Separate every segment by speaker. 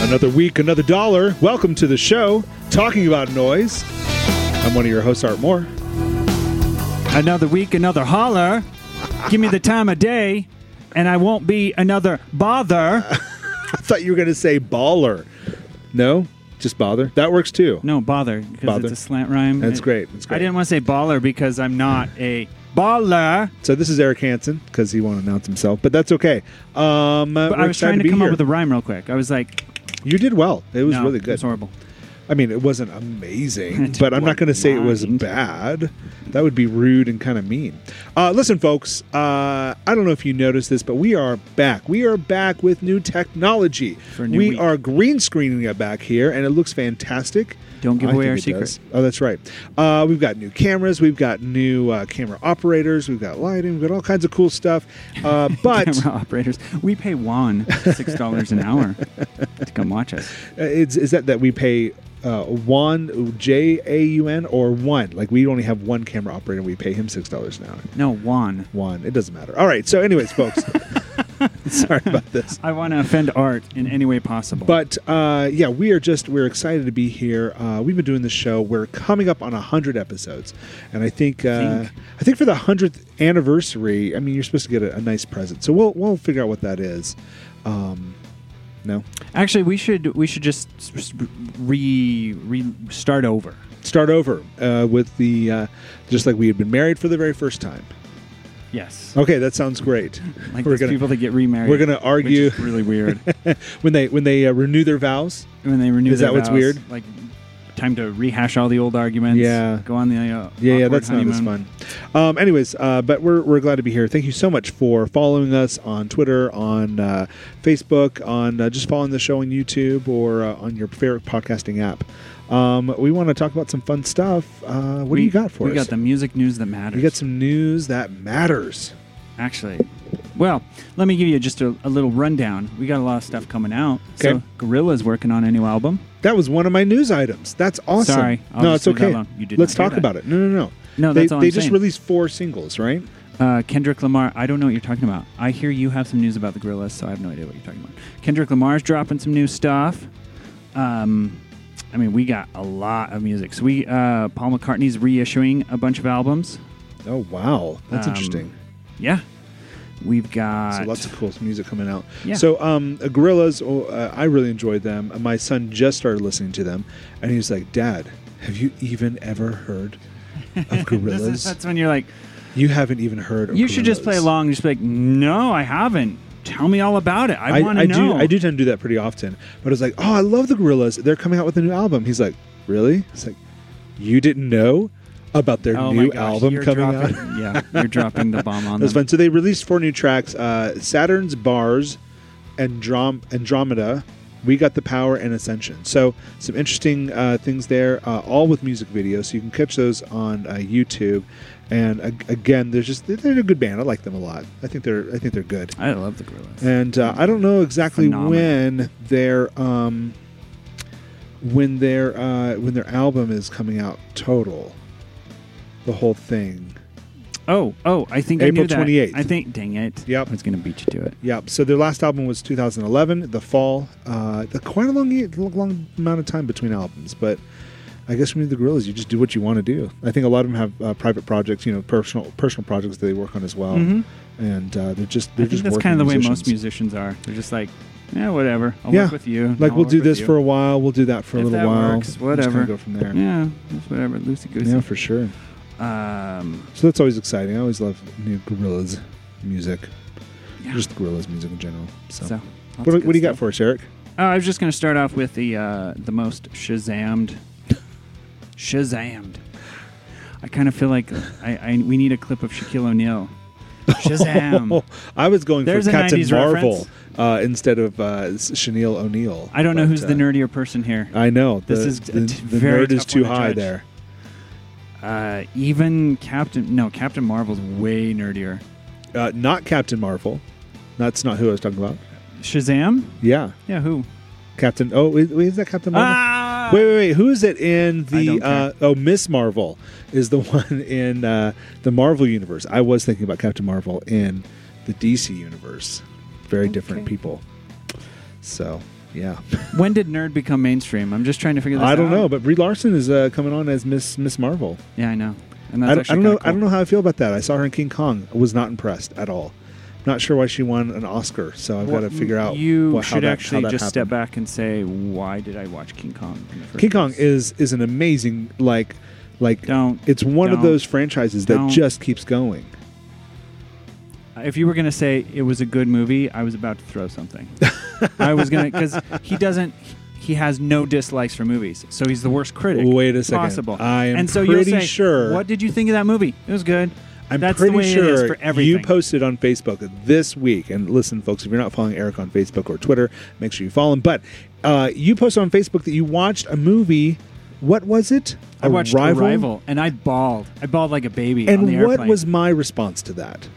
Speaker 1: Another week, another dollar. Welcome to the show, talking about noise. I'm one of your hosts, Art Moore.
Speaker 2: Another week, another holler. Give me the time of day, and I won't be another bother.
Speaker 1: I thought you were going to say baller. No, just bother. That works too.
Speaker 2: No, bother, because
Speaker 1: Bother.
Speaker 2: it's a slant rhyme.
Speaker 1: That's
Speaker 2: It-
Speaker 1: great. That's great.
Speaker 2: I didn't want to say baller because I'm not a baller.
Speaker 1: So this is Eric Hansen because he won't announce himself, but that's okay. Um,
Speaker 2: But I was trying to, come up with a rhyme real quick. I was like,
Speaker 1: You did well. It was
Speaker 2: no,
Speaker 1: really
Speaker 2: It's
Speaker 1: good.
Speaker 2: horrible.
Speaker 1: I mean, it wasn't amazing,
Speaker 2: It
Speaker 1: but I'm not going to say it was
Speaker 2: wasn't.
Speaker 1: bad. That would be rude and kind of mean. Uh, listen, folks, uh, I don't know if you noticed this, but we are back. We are back with new technology.
Speaker 2: For a new
Speaker 1: we
Speaker 2: week.
Speaker 1: are green screening it back here, and it looks fantastic.
Speaker 2: Don't give
Speaker 1: I
Speaker 2: away
Speaker 1: think
Speaker 2: our
Speaker 1: it
Speaker 2: secret.
Speaker 1: does. Oh, that's right. Uh, we've got new cameras. We've got new uh, camera operators. We've got lighting. We've got all kinds of cool stuff. Uh, but
Speaker 2: Camera operators. We pay Juan six dollars an hour to come watch us.
Speaker 1: Uh, Is, is that that we pay uh, one J A U N or one? Like we only have one camera operator. and We pay him six dollars an hour.
Speaker 2: No, Juan.
Speaker 1: One. It doesn't matter. All right. So, anyways, folks, sorry about this.
Speaker 2: I want to offend Art in any way possible.
Speaker 1: But uh, yeah, we are just we're excited to be here. Uh, we've been doing this show. We're coming up on hundred episodes, and I think, uh,
Speaker 2: Think.
Speaker 1: I think for the hundredth anniversary, I mean, you're supposed to get a, a nice present. So we'll we'll figure out what that is. Um, no,
Speaker 2: Actually, we should we should just s- s- re re start over.
Speaker 1: start over uh, with the uh, just like we had been married for the very first time.
Speaker 2: Yes,
Speaker 1: Okay, that sounds great.
Speaker 2: like
Speaker 1: we're
Speaker 2: those
Speaker 1: gonna
Speaker 2: people that get remarried.
Speaker 1: we're gonna
Speaker 2: which
Speaker 1: argue-
Speaker 2: is really weird
Speaker 1: when they when they uh, renew their vows.
Speaker 2: when they renew.
Speaker 1: Is
Speaker 2: their
Speaker 1: that what's
Speaker 2: vows,
Speaker 1: weird?
Speaker 2: Like time to rehash all the old arguments.
Speaker 1: Yeah.
Speaker 2: go on the uh,
Speaker 1: Yeah, yeah,
Speaker 2: awkward
Speaker 1: that's not as
Speaker 2: honeymoon.
Speaker 1: fun. Um, anyways, uh, but we're, we're glad to be here. Thank you so much for following us on Twitter, on uh, Facebook, on uh, just following the show on YouTube or uh, on your favorite podcasting app. Um, we want to talk about some fun stuff. Uh, what
Speaker 2: we,
Speaker 1: do you got for
Speaker 2: we
Speaker 1: us?
Speaker 2: got the music news that matters.
Speaker 1: we got some news that matters.
Speaker 2: actually. Well, let me give you just a, a little rundown. We got a lot of stuff coming out.
Speaker 1: Okay.
Speaker 2: So Gorilla's working on a new album.
Speaker 1: That was one of my news items. That's awesome.
Speaker 2: Sorry, I'll
Speaker 1: no, it's
Speaker 2: just leave that
Speaker 1: okay.
Speaker 2: alone. You did
Speaker 1: Let's
Speaker 2: not hear
Speaker 1: talk
Speaker 2: that.
Speaker 1: about it. No, no, no.
Speaker 2: No,
Speaker 1: they
Speaker 2: that's all
Speaker 1: they
Speaker 2: I'm
Speaker 1: just
Speaker 2: saying.
Speaker 1: released four singles, right?
Speaker 2: Uh, Kendrick Lamar, I don't know what you're talking about. I hear you have some news about the Gorillas, so I have no idea what you're talking about. Kendrick Lamar's dropping some new stuff. Um, I mean, we got a lot of music. So we uh, Paul McCartney's reissuing a bunch of albums.
Speaker 1: Oh wow, that's
Speaker 2: Um,
Speaker 1: interesting.
Speaker 2: Yeah, we've got
Speaker 1: So lots of cool music coming out.
Speaker 2: Yeah.
Speaker 1: So um, uh, Gorillaz, oh, uh, I really enjoyed them. Uh, My son just started listening to them, and he was like, "Dad, have you even ever heard of
Speaker 2: This is-
Speaker 1: Gorillaz?
Speaker 2: that's when you're like,
Speaker 1: you haven't even heard of
Speaker 2: you should just play
Speaker 1: Gorillaz."
Speaker 2: along. and Just be like, no, I haven't. Tell me all about it. I, want to know.
Speaker 1: do. I do tend to do that pretty often. But it's like, oh, I love the Gorillaz. They're coming out with a new album. He's like, really? It's like, you didn't know about their
Speaker 2: Oh my
Speaker 1: new
Speaker 2: gosh,
Speaker 1: album
Speaker 2: you're
Speaker 1: coming out?
Speaker 2: dropping, yeah, you're dropping the bomb on
Speaker 1: That's
Speaker 2: them.
Speaker 1: fun. So they released four new tracks: uh, Saturn's Bars, Androm- Andromeda, We Got the Power, and Ascension. So some interesting uh, things there, uh, all with music videos. So you can catch those on uh, YouTube. And uh, again, they're just they're a good band. I like them a lot. I think they're I think they're good.
Speaker 2: I love the Gorillas.
Speaker 1: And uh, I don't know exactly
Speaker 2: Phenomenal.
Speaker 1: when their um, when their uh, when their album is coming out total, the whole thing.
Speaker 2: Oh, oh, I think I
Speaker 1: April
Speaker 2: knew that.
Speaker 1: 28th.
Speaker 2: I think, dang it.
Speaker 1: Yep.
Speaker 2: I was going to beat you to it.
Speaker 1: Yeah. So their last album was 2011, The Fall. Uh, the- quite a long, long amount of time between albums, but I guess when you're the Gorillas, you just do what you want to do. I think a lot of them have uh, private projects, you know, personal personal projects that they work on as well,
Speaker 2: Mhm.
Speaker 1: and uh, they're just
Speaker 2: I
Speaker 1: they're
Speaker 2: think
Speaker 1: just
Speaker 2: that's
Speaker 1: working
Speaker 2: kind of the way
Speaker 1: musicians.
Speaker 2: most musicians are. They're just like, yeah, whatever. I'll
Speaker 1: Yeah.
Speaker 2: work with you.
Speaker 1: Like
Speaker 2: I'll
Speaker 1: we'll
Speaker 2: work
Speaker 1: do
Speaker 2: with
Speaker 1: this
Speaker 2: you."
Speaker 1: for a while, we'll do that for a
Speaker 2: If
Speaker 1: little
Speaker 2: that
Speaker 1: while,
Speaker 2: works,
Speaker 1: We'll just kinda
Speaker 2: whatever.
Speaker 1: go from there.
Speaker 2: Yeah, that's whatever. Loosey
Speaker 1: Yeah,
Speaker 2: goosey.
Speaker 1: for sure.
Speaker 2: um,
Speaker 1: So that's always exciting. I always love new Gorillas music,
Speaker 2: yeah.
Speaker 1: just Gorillas music in general. So,
Speaker 2: so,
Speaker 1: what, what do you got for us, Eric?
Speaker 2: Oh, I was just going to start off with the uh, the most Shazammed. Shazammed. I kind of feel like I, I we need a clip of Shaquille O'Neal. Shazam.
Speaker 1: I was going
Speaker 2: There's
Speaker 1: for
Speaker 2: a
Speaker 1: Captain
Speaker 2: 90s
Speaker 1: Marvel
Speaker 2: reference.
Speaker 1: uh, instead of uh, Chanel O'Neill.
Speaker 2: I don't know
Speaker 1: but,
Speaker 2: who's the
Speaker 1: uh,
Speaker 2: nerdier person here.
Speaker 1: I know the,
Speaker 2: This is
Speaker 1: the,
Speaker 2: a t-
Speaker 1: the
Speaker 2: very
Speaker 1: nerd is
Speaker 2: tough
Speaker 1: too
Speaker 2: one to
Speaker 1: high
Speaker 2: judge.
Speaker 1: there.
Speaker 2: Uh, even Captain no Captain Marvel's way nerdier.
Speaker 1: Uh, not Captain Marvel. That's not who I was talking about.
Speaker 2: Shazam?
Speaker 1: Yeah,
Speaker 2: Yeah, who?
Speaker 1: Captain. Oh, wait, wait, is that Captain Marvel?
Speaker 2: Ah!
Speaker 1: Wait, wait, wait. Who is it in the?
Speaker 2: don't care.
Speaker 1: Uh, oh, Miss Marvel is the one in uh, the Marvel universe. I was thinking about Captain Marvel in the DC universe. Very different
Speaker 2: Okay.
Speaker 1: people. So Yeah,
Speaker 2: When did nerd become mainstream? I'm just trying to figure this out.
Speaker 1: I don't know, but Brie Larson is uh, coming on as Miss Miss Marvel.
Speaker 2: Yeah, I know. And
Speaker 1: I don't, I
Speaker 2: actually
Speaker 1: don't know.
Speaker 2: kinda
Speaker 1: I don't
Speaker 2: cool.
Speaker 1: know how I feel about that. I saw her in King Kong. Was not impressed at all. Not sure why she won an Oscar. So I've
Speaker 2: Well,
Speaker 1: got to figure out.
Speaker 2: You
Speaker 1: what, how
Speaker 2: should
Speaker 1: that- how
Speaker 2: actually
Speaker 1: that
Speaker 2: just step
Speaker 1: happened.
Speaker 2: back and say, why did I watch King Kong? in the first
Speaker 1: King Kong
Speaker 2: place?"
Speaker 1: is is an amazing like like
Speaker 2: Don't.
Speaker 1: it's one of
Speaker 2: Don't.
Speaker 1: those franchises that
Speaker 2: Don't.
Speaker 1: just keeps going.
Speaker 2: Uh, If you were gonna say it was a good movie, I was about to throw something. I was gonna because he doesn't. He has no dislikes for movies, so he's the worst critic.
Speaker 1: Wait a second.
Speaker 2: Possible.
Speaker 1: I am
Speaker 2: and so you'll
Speaker 1: pretty
Speaker 2: say,
Speaker 1: sure.
Speaker 2: What did you think of that movie? It was good.
Speaker 1: I'm
Speaker 2: That's the
Speaker 1: pretty
Speaker 2: way it
Speaker 1: sure
Speaker 2: is for everything.
Speaker 1: you posted on Facebook this week. And listen, folks, if you're not following Eric on Facebook or Twitter, make sure you follow him. But uh, you posted on Facebook that you watched a movie. What was it?
Speaker 2: I watched Arrival, and I bawled. I bawled like a baby. on the
Speaker 1: And what
Speaker 2: airplane.
Speaker 1: was my response to that?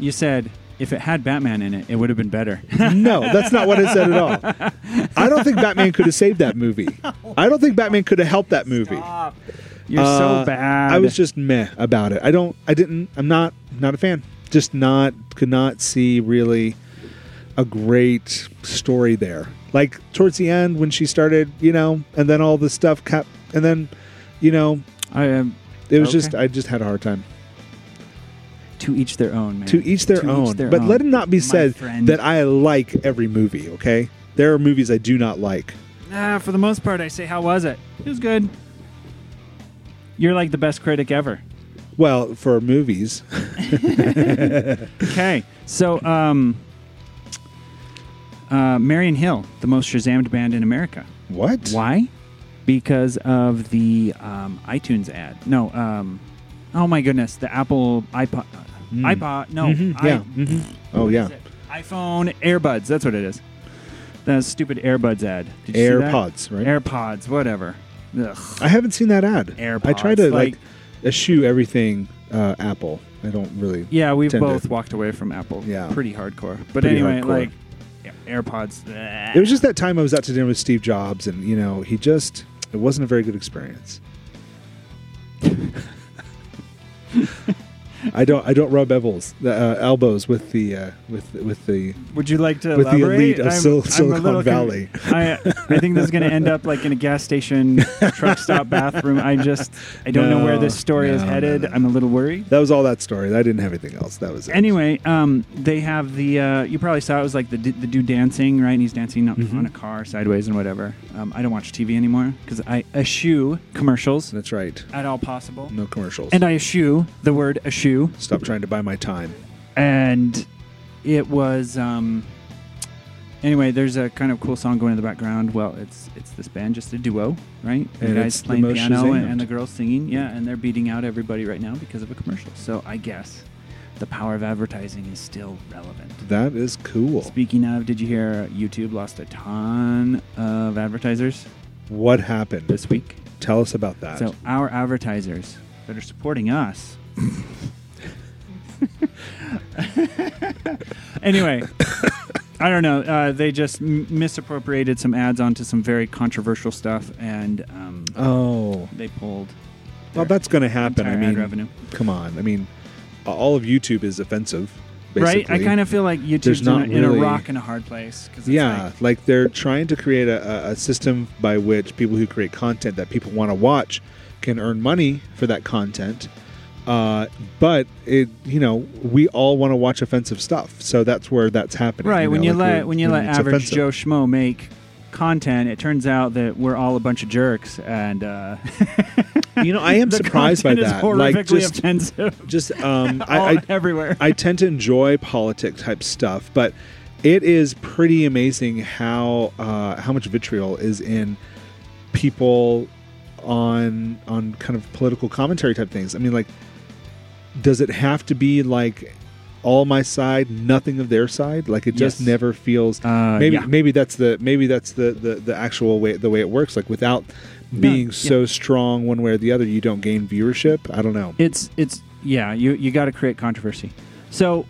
Speaker 2: You said if it had Batman in it, it would have been better.
Speaker 1: No, that's not what I said at all. I don't think Batman could have saved that movie. I don't think Batman could have helped that movie.
Speaker 2: Stop. You're
Speaker 1: Uh,
Speaker 2: so bad.
Speaker 1: I was just meh about it. I don't. I didn't. I'm not. Not a fan. Just not. Could not see really a great story there. Like towards the end when she started, you know, and then all this stuff kept, and then, you know,
Speaker 2: I am.
Speaker 1: it was
Speaker 2: Okay.
Speaker 1: just. I just had a hard time.
Speaker 2: To each their own, man.
Speaker 1: To each their
Speaker 2: To
Speaker 1: own.
Speaker 2: their
Speaker 1: but let it
Speaker 2: own,
Speaker 1: not be
Speaker 2: my
Speaker 1: said
Speaker 2: friend.
Speaker 1: that I like every movie. Okay, there are movies I do not like.
Speaker 2: Nah, for the most part, I say, how was it? It was good. You're like the best critic ever.
Speaker 1: Well, for movies,
Speaker 2: Okay, so um, uh, Marion Hill, the most Shazammed band in America.
Speaker 1: what?
Speaker 2: Why? Because of the um, iTunes ad. No. Um, oh my goodness, the Apple iPod.
Speaker 1: Mm.
Speaker 2: iPod. No.
Speaker 1: Mhm,
Speaker 2: I-
Speaker 1: yeah. mhm. Oh
Speaker 2: what
Speaker 1: yeah.
Speaker 2: is it? iPhone AirBuds. That's what it is. That stupid AirBuds ad. Did you see that?
Speaker 1: AirPods, right?
Speaker 2: AirPods. Whatever. Ugh.
Speaker 1: I haven't seen that ad. I try
Speaker 2: AirPods,
Speaker 1: to like,
Speaker 2: like-
Speaker 1: eschew everything uh, Apple. I don't really.
Speaker 2: Yeah, we've
Speaker 1: Tend to-
Speaker 2: both walked away from Apple.
Speaker 1: Yeah.
Speaker 2: Pretty hardcore. But
Speaker 1: Pretty
Speaker 2: anyway,
Speaker 1: hardcore.
Speaker 2: like yeah, AirPods. eh. bleh.
Speaker 1: It was just that time I was out to dinner with Steve Jobs, and you know, he just it wasn't a very good experience. I don't I don't rub elbows the, uh, elbows with the uh, with with the
Speaker 2: Would you like to
Speaker 1: with the
Speaker 2: elaborate?
Speaker 1: elite of Sil-
Speaker 2: a
Speaker 1: Silicon
Speaker 2: little
Speaker 1: Valley.
Speaker 2: I, I think this is going to end up like in a gas station truck stop bathroom. I just I don't know where
Speaker 1: No,
Speaker 2: this story is
Speaker 1: no, no,
Speaker 2: headed.
Speaker 1: no, no.
Speaker 2: I'm a little worried.
Speaker 1: that was all that story. I didn't have anything else. That was it.
Speaker 2: Anyway, um, they have the uh, you probably saw it was like the d- the dude dancing right, and he's dancing on,
Speaker 1: Mhm.
Speaker 2: on a car sideways and whatever. Um, I don't watch TV anymore because I eschew commercials
Speaker 1: That's right.
Speaker 2: at all possible,
Speaker 1: No commercials.
Speaker 2: and I eschew the word eschew.
Speaker 1: Stop trying to buy my time.
Speaker 2: And it was um, anyway. There's a kind of cool song going in the background. Well, it's it's this band, just a duo, right?
Speaker 1: And
Speaker 2: the
Speaker 1: it's
Speaker 2: guys
Speaker 1: the
Speaker 2: playing
Speaker 1: most
Speaker 2: piano and,
Speaker 1: Shazamed.
Speaker 2: and the girls singing, yeah, and they're beating out everybody right now because of a commercial. So I guess. The power of advertising is still relevant.
Speaker 1: That is cool.
Speaker 2: Speaking of, did you hear YouTube lost a ton of advertisers
Speaker 1: What happened?
Speaker 2: this week?
Speaker 1: Tell us about that.
Speaker 2: So our advertisers that are supporting us. anyway, I don't know. Uh, they just m- misappropriated some ads onto some very controversial stuff, and um,
Speaker 1: oh,
Speaker 2: they pulled.
Speaker 1: well,
Speaker 2: their
Speaker 1: that's going to happen. I
Speaker 2: entire ad
Speaker 1: mean,
Speaker 2: revenue.
Speaker 1: come on. I mean, a- all of YouTube is offensive, basically.
Speaker 2: Right? I kind of feel like YouTube's in a,
Speaker 1: not
Speaker 2: in a
Speaker 1: really-
Speaker 2: rock and a hard place. 'cause it's
Speaker 1: Yeah,
Speaker 2: like-
Speaker 1: like, they're trying to create a, a- a system by which people who create content that people want to watch can earn money for that content. Uh, but it, you know, we all want to watch offensive stuff, so that's where that's happening.
Speaker 2: Right.
Speaker 1: know,
Speaker 2: when you
Speaker 1: like,
Speaker 2: let
Speaker 1: we're- mm,
Speaker 2: when you let
Speaker 1: it's
Speaker 2: average
Speaker 1: offensive.
Speaker 2: Joe Schmo make content, it turns out that we're all a bunch of jerks, and uh,
Speaker 1: you know, I am
Speaker 2: the
Speaker 1: surprised by
Speaker 2: content is
Speaker 1: that. Like
Speaker 2: horrifically
Speaker 1: just,
Speaker 2: offensive.
Speaker 1: just um,
Speaker 2: all,
Speaker 1: I, I
Speaker 2: everywhere.
Speaker 1: I tend to enjoy politic type stuff, but it is pretty amazing how uh, how much vitriol is in people on on kind of political commentary type things. I mean, like, does it have to be like all my side, nothing of their side? Like, it just
Speaker 2: Yes.
Speaker 1: never feels.
Speaker 2: Uh,
Speaker 1: maybe
Speaker 2: yeah.
Speaker 1: maybe that's the maybe that's the, the the actual way the way it works. Like without being
Speaker 2: yeah.
Speaker 1: so strong one way or the other, you don't gain viewership. I don't know.
Speaker 2: it's it's yeah. You you got to create controversy. So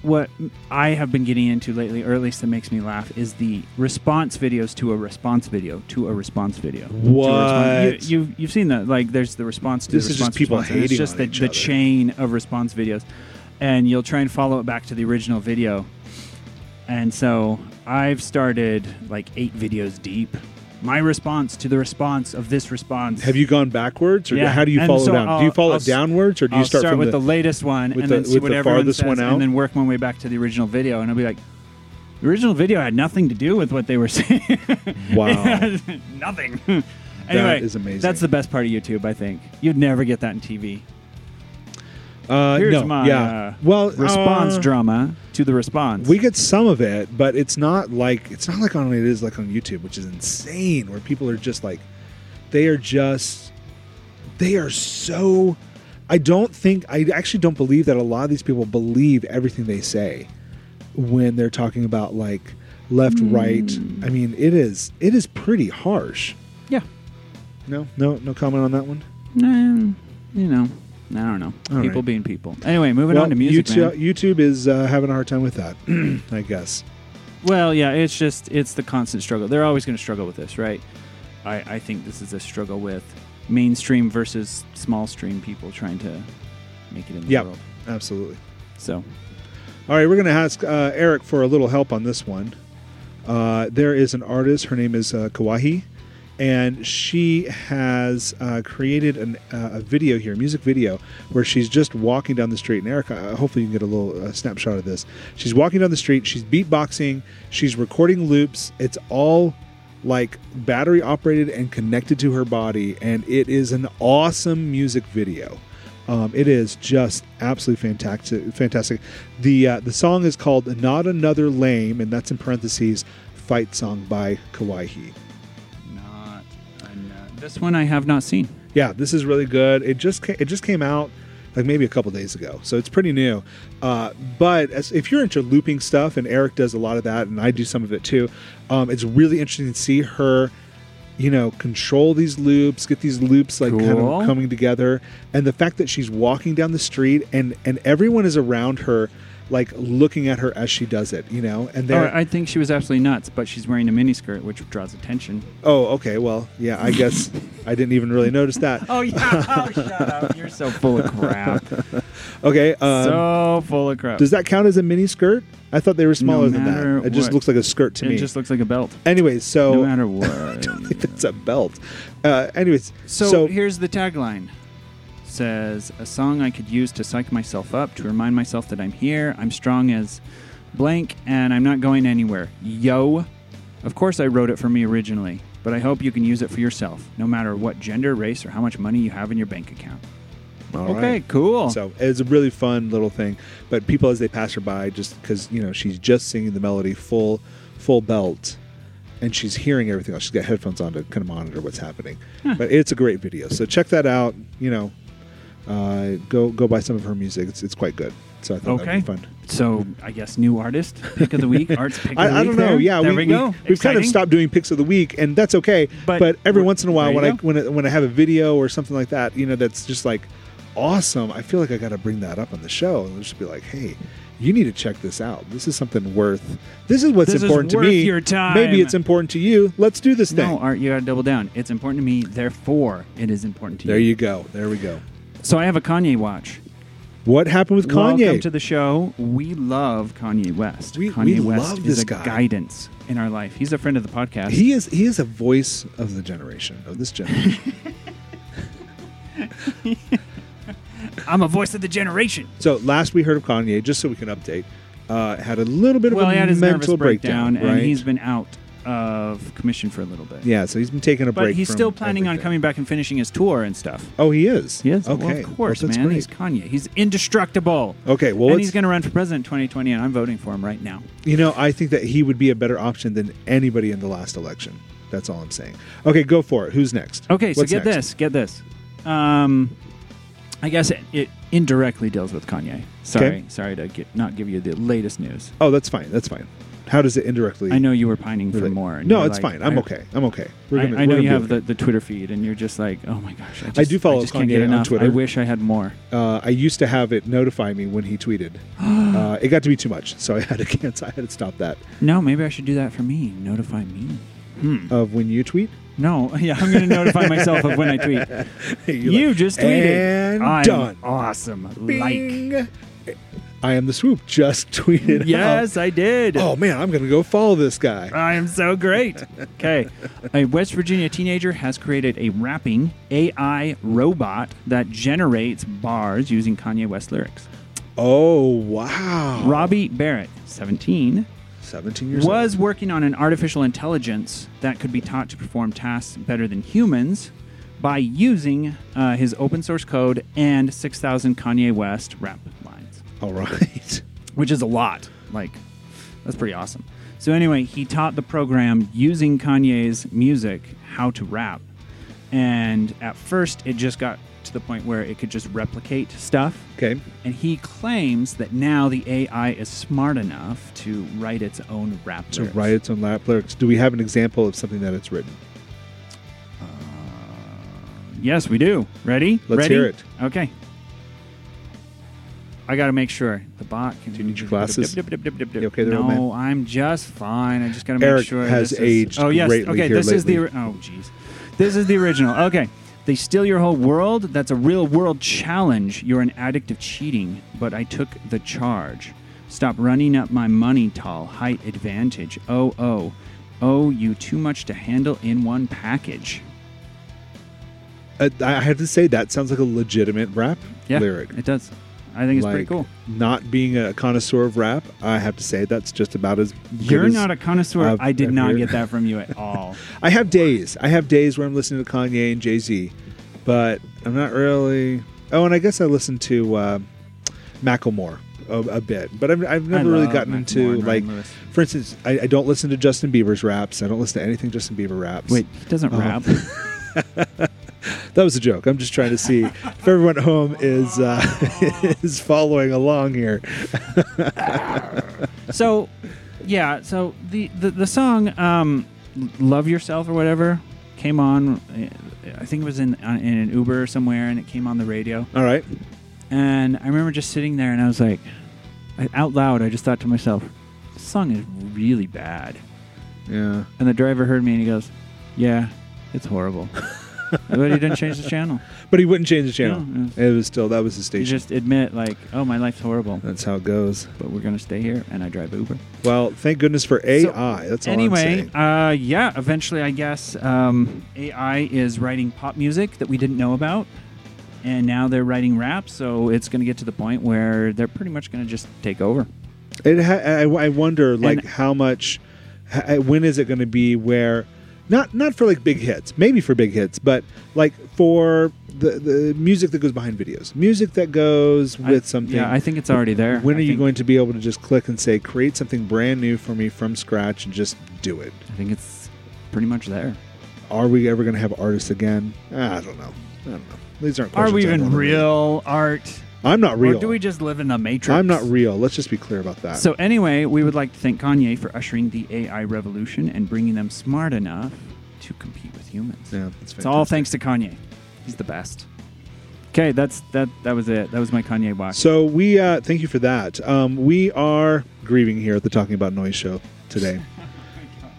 Speaker 2: what I have been getting into lately, or at least that makes me laugh, is the response videos to a response video to a response video. to a response-
Speaker 1: What?
Speaker 2: You, you've you've seen that? Like, there's the response to
Speaker 1: This
Speaker 2: the
Speaker 1: is just
Speaker 2: response
Speaker 1: people
Speaker 2: response, and
Speaker 1: hating
Speaker 2: It's just
Speaker 1: on
Speaker 2: the,
Speaker 1: each
Speaker 2: the
Speaker 1: other.
Speaker 2: chain of response videos, and you'll try and follow it back to the original video, And so I've started like eight videos deep. My response to the response of this response.
Speaker 1: Have you gone backwards, or
Speaker 2: Yeah,
Speaker 1: how do you
Speaker 2: and
Speaker 1: follow
Speaker 2: so
Speaker 1: down?
Speaker 2: I'll-
Speaker 1: do you follow
Speaker 2: I'll
Speaker 1: it
Speaker 2: s-
Speaker 1: downwards, or do you
Speaker 2: I'll start,
Speaker 1: from
Speaker 2: with
Speaker 1: the,
Speaker 2: the, latest one
Speaker 1: with
Speaker 2: and
Speaker 1: the-
Speaker 2: then see
Speaker 1: with
Speaker 2: what
Speaker 1: the
Speaker 2: everyone
Speaker 1: farthest
Speaker 2: says,
Speaker 1: one out?
Speaker 2: and then work my way back to the original video, and I'll be like, the original video had nothing to do with what they were saying.
Speaker 1: Wow.
Speaker 2: nothing. anyway,
Speaker 1: is amazing.
Speaker 2: That's the best part of YouTube, I think. You'd never get that in TV.
Speaker 1: Uh,
Speaker 2: Here's
Speaker 1: no,
Speaker 2: my
Speaker 1: yeah.
Speaker 2: uh,
Speaker 1: well,
Speaker 2: response
Speaker 1: uh,
Speaker 2: drama to the response.
Speaker 1: We get some of it, but it's not like it's not like on it is like on YouTube, which is insane. Where people are just like, they are just, they are so. I don't think I actually don't believe that a lot of these people believe everything they say when they're talking about like left,
Speaker 2: Mm.
Speaker 1: right. I mean, it is it is pretty harsh.
Speaker 2: yeah.
Speaker 1: No, no, no comment on that one.
Speaker 2: Mm, you know, I don't know.
Speaker 1: All
Speaker 2: people
Speaker 1: right.
Speaker 2: being people. Anyway, moving
Speaker 1: well,
Speaker 2: on to music.
Speaker 1: YouTube,
Speaker 2: man.
Speaker 1: YouTube is uh, having a hard time with that, I guess.
Speaker 2: Well, yeah, it's just it's the constant struggle. They're always going to struggle with this, right? I, I think this is a struggle with mainstream versus small stream people trying to make it in the
Speaker 1: Yep.
Speaker 2: world.
Speaker 1: Absolutely.
Speaker 2: So
Speaker 1: All right, we're going to ask uh, Eric for a little help on this one. Uh, there is an artist. Her name is uh, Kawahi, and she has uh, created an, uh, a video here, a music video, where she's just walking down the street. And Eric, uh, hopefully, you can get a little uh, snapshot of this. She's walking down the street. She's beatboxing. She's recording loops. It's all like battery operated and connected to her body, and it is an awesome music video. Um, it is just absolutely fantastic. Fantastic. The uh, the song is called "Not Another Lame," and that's in parentheses. Fight song by Kawaii.
Speaker 2: not enough. this one I have not seen.
Speaker 1: Yeah, this is really good. It just ca- it just came out like maybe a couple days ago, so it's pretty new. Uh, but as, if you're into looping stuff, and Eric does a lot of that, and I do some of it too, um, it's really interesting to see her, you know, control these loops, get these loops like kind
Speaker 2: Cool.
Speaker 1: of coming together, and the fact that she's walking down the street and and everyone is around her, like looking at her as she does it, you know, and
Speaker 2: Or
Speaker 1: they're
Speaker 2: Oh, I think she was absolutely nuts, but she's wearing a miniskirt, which draws attention.
Speaker 1: oh okay, well yeah, I guess I didn't even really notice that.
Speaker 2: Oh yeah! Oh, shut up! You're so full of crap.
Speaker 1: Okay, um,
Speaker 2: so full of crap.
Speaker 1: Does that count as a mini skirt? I thought they were smaller than
Speaker 2: matter
Speaker 1: that. It just
Speaker 2: what-
Speaker 1: looks like a skirt to
Speaker 2: it
Speaker 1: me.
Speaker 2: just looks like a belt.
Speaker 1: anyways, so
Speaker 2: No matter what.
Speaker 1: it's a belt. Uh, anyways,
Speaker 2: So,
Speaker 1: so,
Speaker 2: here's the tagline. Says a song I could use to psych myself up to remind myself that I'm here, I'm strong as blank, and I'm not going anywhere. Yo. Of course I wrote it for me originally, but I hope you can use it for yourself, no matter what gender, race, or how much money you have in your bank account.
Speaker 1: all
Speaker 2: okay,
Speaker 1: right.
Speaker 2: cool.
Speaker 1: So it's a really fun little thing. But people as they pass her by, just because you know she's just singing the melody full, full belt, and she's hearing everything else. She's got headphones on to kind of monitor what's happening. But it's a great video. So check that out. You know, uh, go go buy some of her music. It's it's quite good. So I thought
Speaker 2: Okay.
Speaker 1: that would be fun.
Speaker 2: So I guess new artist pick of the week, arts pick of the week.
Speaker 1: I, I don't know.
Speaker 2: there.
Speaker 1: Yeah,
Speaker 2: there
Speaker 1: we,
Speaker 2: we, go.
Speaker 1: have kind of
Speaker 2: Exciting.
Speaker 1: stopped doing picks of the week, and that's okay. But,
Speaker 2: But
Speaker 1: every
Speaker 2: we're-
Speaker 1: once in a while,
Speaker 2: there
Speaker 1: when
Speaker 2: you
Speaker 1: I
Speaker 2: go.
Speaker 1: when I, when I have a video or something like that, you know, that's just like awesome. I feel like I got to bring that up on the show and just be like, hey. You need to check this out. This is something worth. This is what's
Speaker 2: This is
Speaker 1: important
Speaker 2: worth
Speaker 1: to me.
Speaker 2: your time.
Speaker 1: Maybe it's important to you. Let's do this thing.
Speaker 2: No, Art, you gotta double down. It's important to me, therefore it is important to
Speaker 1: There
Speaker 2: you.
Speaker 1: you go. There we go.
Speaker 2: So I have a Kanye watch.
Speaker 1: What happened with Kanye?
Speaker 2: Welcome to the show. We love Kanye West.
Speaker 1: We-
Speaker 2: Kanye
Speaker 1: we
Speaker 2: West
Speaker 1: love
Speaker 2: is
Speaker 1: this
Speaker 2: a
Speaker 1: guy.
Speaker 2: guidance in our life. He's a friend of the podcast.
Speaker 1: he is he is a voice of the generation of this generation.
Speaker 2: I'm a voice of the generation.
Speaker 1: so last we heard of Kanye, just so we can update, uh, had a little bit of
Speaker 2: Well,
Speaker 1: a
Speaker 2: he had his nervous
Speaker 1: mental
Speaker 2: breakdown,
Speaker 1: breakdown, right?
Speaker 2: and he's been out of commission for a little bit.
Speaker 1: Yeah, so he's been taking a
Speaker 2: but
Speaker 1: break.
Speaker 2: he's
Speaker 1: from
Speaker 2: still planning on
Speaker 1: everything.
Speaker 2: coming back and finishing his tour and stuff.
Speaker 1: Oh, he is.
Speaker 2: Yes,
Speaker 1: Okay.
Speaker 2: well, of course,
Speaker 1: Well, that's
Speaker 2: man.
Speaker 1: great.
Speaker 2: He's Kanye. He's indestructible.
Speaker 1: okay. Well,
Speaker 2: and
Speaker 1: let's,
Speaker 2: he's going to run for president 2020, and I'm voting for him right now.
Speaker 1: you know, I think that he would be a better option than anybody in the last election. That's all I'm saying. Okay, go for it. Who's next?
Speaker 2: Okay, so
Speaker 1: What's
Speaker 2: get
Speaker 1: next?
Speaker 2: this, get this. Um, I guess it, it indirectly deals with Kanye. Sorry,
Speaker 1: Okay.
Speaker 2: sorry to get, not give you the latest news.
Speaker 1: Oh, that's fine. That's fine. How does it indirectly?
Speaker 2: I know you were pining for
Speaker 1: relate?
Speaker 2: more. and
Speaker 1: No,
Speaker 2: you're
Speaker 1: it's
Speaker 2: like,
Speaker 1: fine. I'm
Speaker 2: I-
Speaker 1: okay. I'm okay.
Speaker 2: I,
Speaker 1: We're gonna,
Speaker 2: I know
Speaker 1: we're
Speaker 2: you
Speaker 1: gonna
Speaker 2: have
Speaker 1: be
Speaker 2: the, the Twitter feed, and you're just like, oh my gosh, I, just,
Speaker 1: do follow
Speaker 2: just can't
Speaker 1: Kanye
Speaker 2: get
Speaker 1: on
Speaker 2: enough.
Speaker 1: Twitter.
Speaker 2: I wish I had more.
Speaker 1: okay. Uh, I used to have it notify me when he tweeted. uh, it got to be too much, so I had to cancel. I had to stop that.
Speaker 2: No, maybe I should do that for me. Notify me.
Speaker 1: Of when you tweet,
Speaker 2: No, yeah, I'm going to notify myself of when I tweet.
Speaker 1: You're
Speaker 2: you
Speaker 1: like,
Speaker 2: just tweeted.
Speaker 1: And
Speaker 2: I'm
Speaker 1: done.
Speaker 2: Awesome. Like.
Speaker 1: Bing. I am the swoop. Just tweeted. out,
Speaker 2: Yes, I did.
Speaker 1: Oh man, I'm gonna go follow this guy.
Speaker 2: I am so great. Okay. A West Virginia teenager has created a rapping AI robot that generates bars using Kanye West lyrics.
Speaker 1: Oh wow.
Speaker 2: Robbie Barrett, 17,
Speaker 1: Seventeen years old.
Speaker 2: was working on an artificial intelligence that could be taught to perform tasks better than humans by using uh, his open source code and 6,000 Kanye West rap lines,
Speaker 1: All right.
Speaker 2: which is a lot. Like, that's pretty awesome. So, anyway, he taught the program using Kanye's music how to rap. And at first, it just got to the point where it could just replicate stuff
Speaker 1: Okay.
Speaker 2: and he claims that now the AI is smart enough to write its own rap
Speaker 1: To
Speaker 2: lyrics.
Speaker 1: write its own lap lyrics. Do we have an example of something that it's written?
Speaker 2: Yes, we do. Ready?
Speaker 1: Let's
Speaker 2: Ready?
Speaker 1: hear it.
Speaker 2: Okay. I got to make sure the bot can.
Speaker 1: Do you need your glasses?
Speaker 2: Dip, dip, dip, dip, dip.
Speaker 1: You okay there, old
Speaker 2: No, I'm just fine. I just got to make
Speaker 1: Eric
Speaker 2: sure.
Speaker 1: has
Speaker 2: this
Speaker 1: aged
Speaker 2: is, Oh yes.
Speaker 1: greatly
Speaker 2: okay,
Speaker 1: here
Speaker 2: this is the.
Speaker 1: lately.
Speaker 2: ori- Oh jeez, this is the original. Okay. They steal your whole world. That's a real world challenge. You're an addict of cheating, but I took the charge. Stop running up my money, tall height advantage. Oh oh, oh, you too much to handle in one package.
Speaker 1: I, Uh, I have to say that sounds like a legitimate rap
Speaker 2: Yeah,
Speaker 1: lyric.
Speaker 2: it does. I think it's pretty
Speaker 1: Like,
Speaker 2: cool.
Speaker 1: Not being a connoisseur of rap, I have to say that's just about as.
Speaker 2: You're not a connoisseur.
Speaker 1: I've-
Speaker 2: I did
Speaker 1: I've
Speaker 2: not
Speaker 1: heard.
Speaker 2: get that from you at all.
Speaker 1: I have days. I have days where I'm listening to Kanye and Jay Z, but I'm not really. Oh, and I guess I listen to uh, Macklemore a, a bit, but I've, I've never really
Speaker 2: love
Speaker 1: gotten
Speaker 2: Macklemore
Speaker 1: into
Speaker 2: and Ryan
Speaker 1: like.
Speaker 2: Lewis.
Speaker 1: For instance, I, I don't listen to Justin Bieber's raps. I don't listen to anything Justin Bieber raps.
Speaker 2: Wait, he doesn't
Speaker 1: Oh.
Speaker 2: rap.
Speaker 1: that was a joke. I'm just trying to see if everyone at home is uh, is following along here.
Speaker 2: so, yeah. So the the, the song um, "Love Yourself" or whatever came on. uh, I think it was in on- in an Uber somewhere, and it came on the radio.
Speaker 1: All right,
Speaker 2: And I remember just sitting there, and I was like, I, out loud, I just thought to myself, "This song is really bad."
Speaker 1: yeah.
Speaker 2: And the driver heard me, and he goes, "Yeah, it's horrible." but he didn't change the channel.
Speaker 1: But he wouldn't change the channel.
Speaker 2: No,
Speaker 1: it was still that was his
Speaker 2: You
Speaker 1: station.
Speaker 2: just admit, like, "Oh, my life's horrible."
Speaker 1: That's how it goes.
Speaker 2: but we're gonna stay here and i drive uber
Speaker 1: Well, thank goodness for AI. That's all I'm
Speaker 2: anyway
Speaker 1: saying.
Speaker 2: uh, yeah eventually i guess um, ai is writing pop music that we didn't know about and now they're writing rap so it's gonna get to the point where they're pretty much gonna just take over
Speaker 1: It ha- I, I wonder like
Speaker 2: And-
Speaker 1: how much, h- when is it going to be where, not not for like big hits, maybe for big hits, but like for the the music that goes behind videos, music that goes
Speaker 2: I-
Speaker 1: with something.
Speaker 2: yeah i think it's already there
Speaker 1: when
Speaker 2: I
Speaker 1: are you
Speaker 2: think-
Speaker 1: going to be able to just click and say create something brand new for me from scratch and just do it?
Speaker 2: i think it's pretty much there
Speaker 1: Are we ever going to have artists again? I don't know. I don't know. These aren't.
Speaker 2: are
Speaker 1: questions
Speaker 2: we
Speaker 1: I
Speaker 2: even
Speaker 1: wanna read.
Speaker 2: real art
Speaker 1: I'm not
Speaker 2: or
Speaker 1: real.
Speaker 2: do we just live in a matrix
Speaker 1: I'm not real. Let's just be clear about that.
Speaker 2: So anyway, we would like to thank Kanye for ushering the AI revolution and bringing them smart enough to compete with humans.
Speaker 1: yeah, that's
Speaker 2: It's all
Speaker 1: fantastic.
Speaker 2: thanks to Kanye. He's the best. Okay, that's that. That was it. That was my Kanye box.
Speaker 1: So we uh, thank you for that. Um, we are grieving here at the Talking About Noise show today.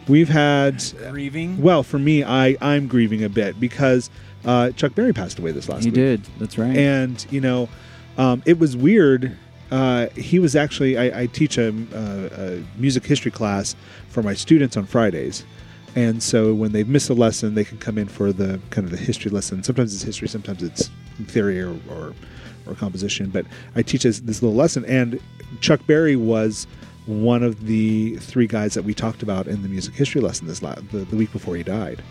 Speaker 1: We've had,
Speaker 2: Grieving.
Speaker 1: well, for me, I I'm grieving a bit because uh, Chuck Berry passed away this last
Speaker 2: he
Speaker 1: week.
Speaker 2: did. That's right.
Speaker 1: and you know um, it was weird uh, he was actually i, I teach a, a, a music history class for my students on fridays and so when they've missed a lesson they can come in for the kind of the history lesson sometimes it's history sometimes it's theory or or, or composition but i teach this, this little lesson and chuck berry was one of the three guys that we talked about in the music history lesson this la- the, the week before he died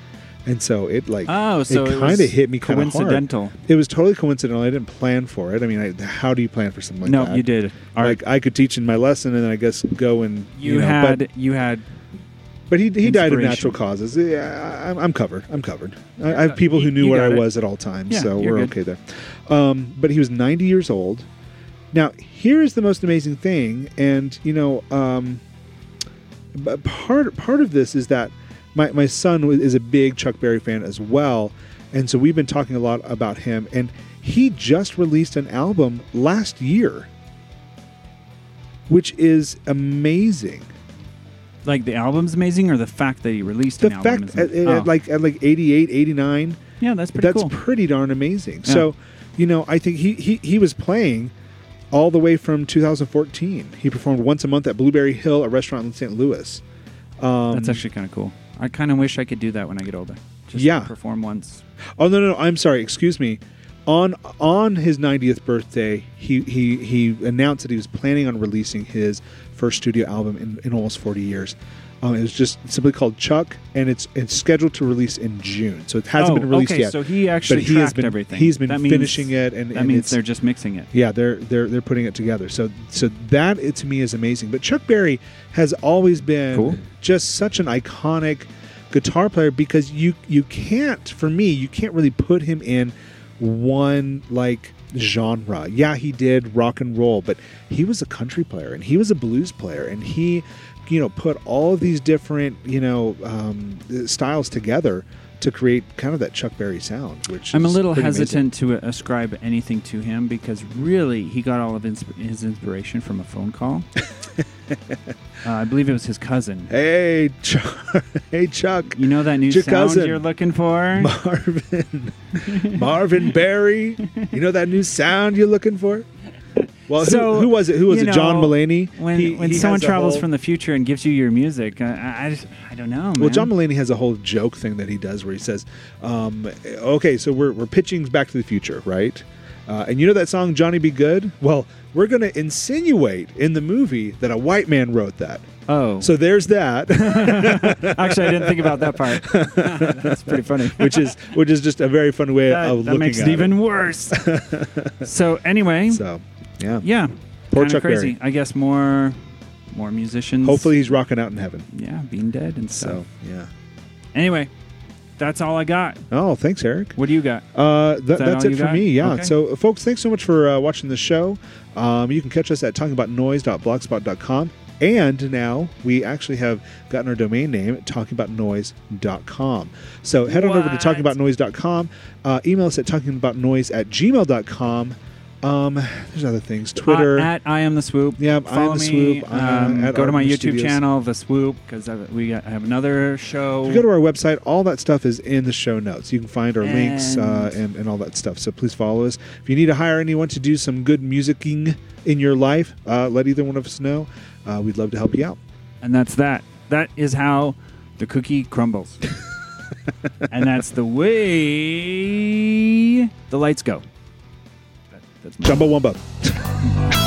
Speaker 1: and so it like
Speaker 2: oh, so
Speaker 1: it
Speaker 2: it,
Speaker 1: kind
Speaker 2: was
Speaker 1: of hit me kind of hard
Speaker 2: coincidental.
Speaker 1: it was totally coincidental. I didn't plan for it. I mean, I, how do you plan for something like
Speaker 2: no,
Speaker 1: that?
Speaker 2: you did. All right.
Speaker 1: Like I could teach in my lesson, and then I guess go and
Speaker 2: you,
Speaker 1: know,
Speaker 2: had
Speaker 1: But,
Speaker 2: you had
Speaker 1: but he he died of
Speaker 2: inspiration.
Speaker 1: natural causes. Yeah, I, I'm- I'm covered. I'm covered. I, I have people who
Speaker 2: You-
Speaker 1: knew
Speaker 2: you
Speaker 1: where I
Speaker 2: got it.
Speaker 1: was at all times,
Speaker 2: Yeah,
Speaker 1: so
Speaker 2: you're
Speaker 1: we're okay
Speaker 2: good.
Speaker 1: there. Um, but he was 90 years old. Now here is the most amazing thing, and you know, um, but part part of this is that my my son was- is a big Chuck Berry fan as well, and so we've been talking a lot about him. And he just released an album last year, which is amazing.
Speaker 2: like the album's amazing or the fact that he released
Speaker 1: The
Speaker 2: an album?
Speaker 1: fact
Speaker 2: is
Speaker 1: at,
Speaker 2: amazing?
Speaker 1: at,
Speaker 2: Oh.
Speaker 1: like at like 88, 89,
Speaker 2: yeah, that's pretty
Speaker 1: that's
Speaker 2: cool.
Speaker 1: pretty darn amazing.
Speaker 2: Yeah.
Speaker 1: So, you know, I think he, he he was playing all the way from 2014. He performed once a month at Blueberry Hill, a restaurant in St. Louis. Um,
Speaker 2: that's actually kind of cool. I kind of wish I could do that when I get older. Just
Speaker 1: Yeah.
Speaker 2: perform once.
Speaker 1: Oh no, no, no, I'm sorry. Excuse me. On on his 90th birthday, he he he announced that he was planning on releasing his first studio album in, in almost 40 years. Um, it was just simply called Chuck, and it's it's scheduled to release in June, so it hasn't
Speaker 2: Oh,
Speaker 1: been released
Speaker 2: okay,
Speaker 1: yet.
Speaker 2: so he actually
Speaker 1: but he has
Speaker 2: tracked
Speaker 1: been
Speaker 2: everything.
Speaker 1: he's been
Speaker 2: That means-
Speaker 1: finishing it, and,
Speaker 2: That
Speaker 1: and
Speaker 2: means
Speaker 1: it's-
Speaker 2: they're just mixing it.
Speaker 1: yeah they're they're they're putting it together so so that it to me is amazing but chuck berry has always been
Speaker 2: Cool.
Speaker 1: just such an iconic guitar player because you you can't for me you can't really put him in one like genre yeah he did rock and roll but he was a country player and he was a blues player and he you know put all of these different you know um, styles together to create kind of that chuck berry sound which
Speaker 2: I'm a
Speaker 1: is
Speaker 2: little
Speaker 1: pretty amazing.
Speaker 2: hesitant to ascribe anything to him because really he got all of insp- his inspiration from a phone call. uh, I believe it was his cousin.
Speaker 1: hey chuck hey chuck
Speaker 2: You know that new
Speaker 1: Your
Speaker 2: sound
Speaker 1: cousin.
Speaker 2: you're looking for?
Speaker 1: Marvin, Marvin Barry. You know that new sound you're looking for? Well,
Speaker 2: So,
Speaker 1: who, who was it? Who was
Speaker 2: you
Speaker 1: it? John
Speaker 2: know,
Speaker 1: Mulaney.
Speaker 2: When
Speaker 1: He-
Speaker 2: when
Speaker 1: he
Speaker 2: someone
Speaker 1: has a
Speaker 2: travels
Speaker 1: whole-
Speaker 2: from the future and gives you your music, I, I, I just I don't know.
Speaker 1: well,
Speaker 2: man.
Speaker 1: John Mulaney has a whole joke thing that he does where he says, um, "Okay, so we're we're pitching Back to the Future, right? Uh, and you know that song Johnny Be Good? Well, we're going to insinuate in the movie that a white man wrote that.
Speaker 2: Oh,
Speaker 1: So there's that."
Speaker 2: actually, I didn't think about that part. That's pretty funny.
Speaker 1: Which is which is just a very fun way
Speaker 2: that,
Speaker 1: of
Speaker 2: that
Speaker 1: looking
Speaker 2: makes
Speaker 1: at
Speaker 2: it even worse. so anyway,
Speaker 1: it. So, yeah.
Speaker 2: yeah,
Speaker 1: Poor
Speaker 2: kinda
Speaker 1: Chuck
Speaker 2: crazy.
Speaker 1: Berry.
Speaker 2: I guess more more musicians.
Speaker 1: Hopefully, he's rocking out in heaven.
Speaker 2: yeah, being dead and stuff.
Speaker 1: So, yeah.
Speaker 2: Anyway, that's all I got.
Speaker 1: Oh, thanks, Eric.
Speaker 2: What do you got?
Speaker 1: Uh, th-
Speaker 2: that
Speaker 1: that's
Speaker 2: all
Speaker 1: it
Speaker 2: you
Speaker 1: for
Speaker 2: got?
Speaker 1: me. Yeah.
Speaker 2: Okay.
Speaker 1: So, uh, folks, thanks so much for uh, watching the show. Um, you can catch us at talkingaboutnoise.blogspot.com. And now we actually have gotten our domain name, talkingaboutnoise.com. So head on over to
Speaker 2: What?
Speaker 1: talkingaboutnoise.com. Uh, email us at talkingaboutnoise at gmail.com. Um, there's other things. Twitter.
Speaker 2: Uh, at I am the swoop.
Speaker 1: Yeah, I Am
Speaker 2: Follow
Speaker 1: The
Speaker 2: me,
Speaker 1: Swoop, uh,
Speaker 2: Um,
Speaker 1: at
Speaker 2: go to my
Speaker 1: Artwork
Speaker 2: YouTube
Speaker 1: Studios.
Speaker 2: channel, the swoop, because we got, I have another show.
Speaker 1: if you go to our website, all that stuff is in the show notes. You can find our links uh,
Speaker 2: And-
Speaker 1: and, and all that stuff. So please follow us. If you need to hire anyone to do some good musicking in your life, uh, let either one of us know. Uh, we'd love to help you out.
Speaker 2: and that's that. That is how the cookie crumbles. and that's the way the lights go. That- that's my-
Speaker 1: Jumbo Wumbo.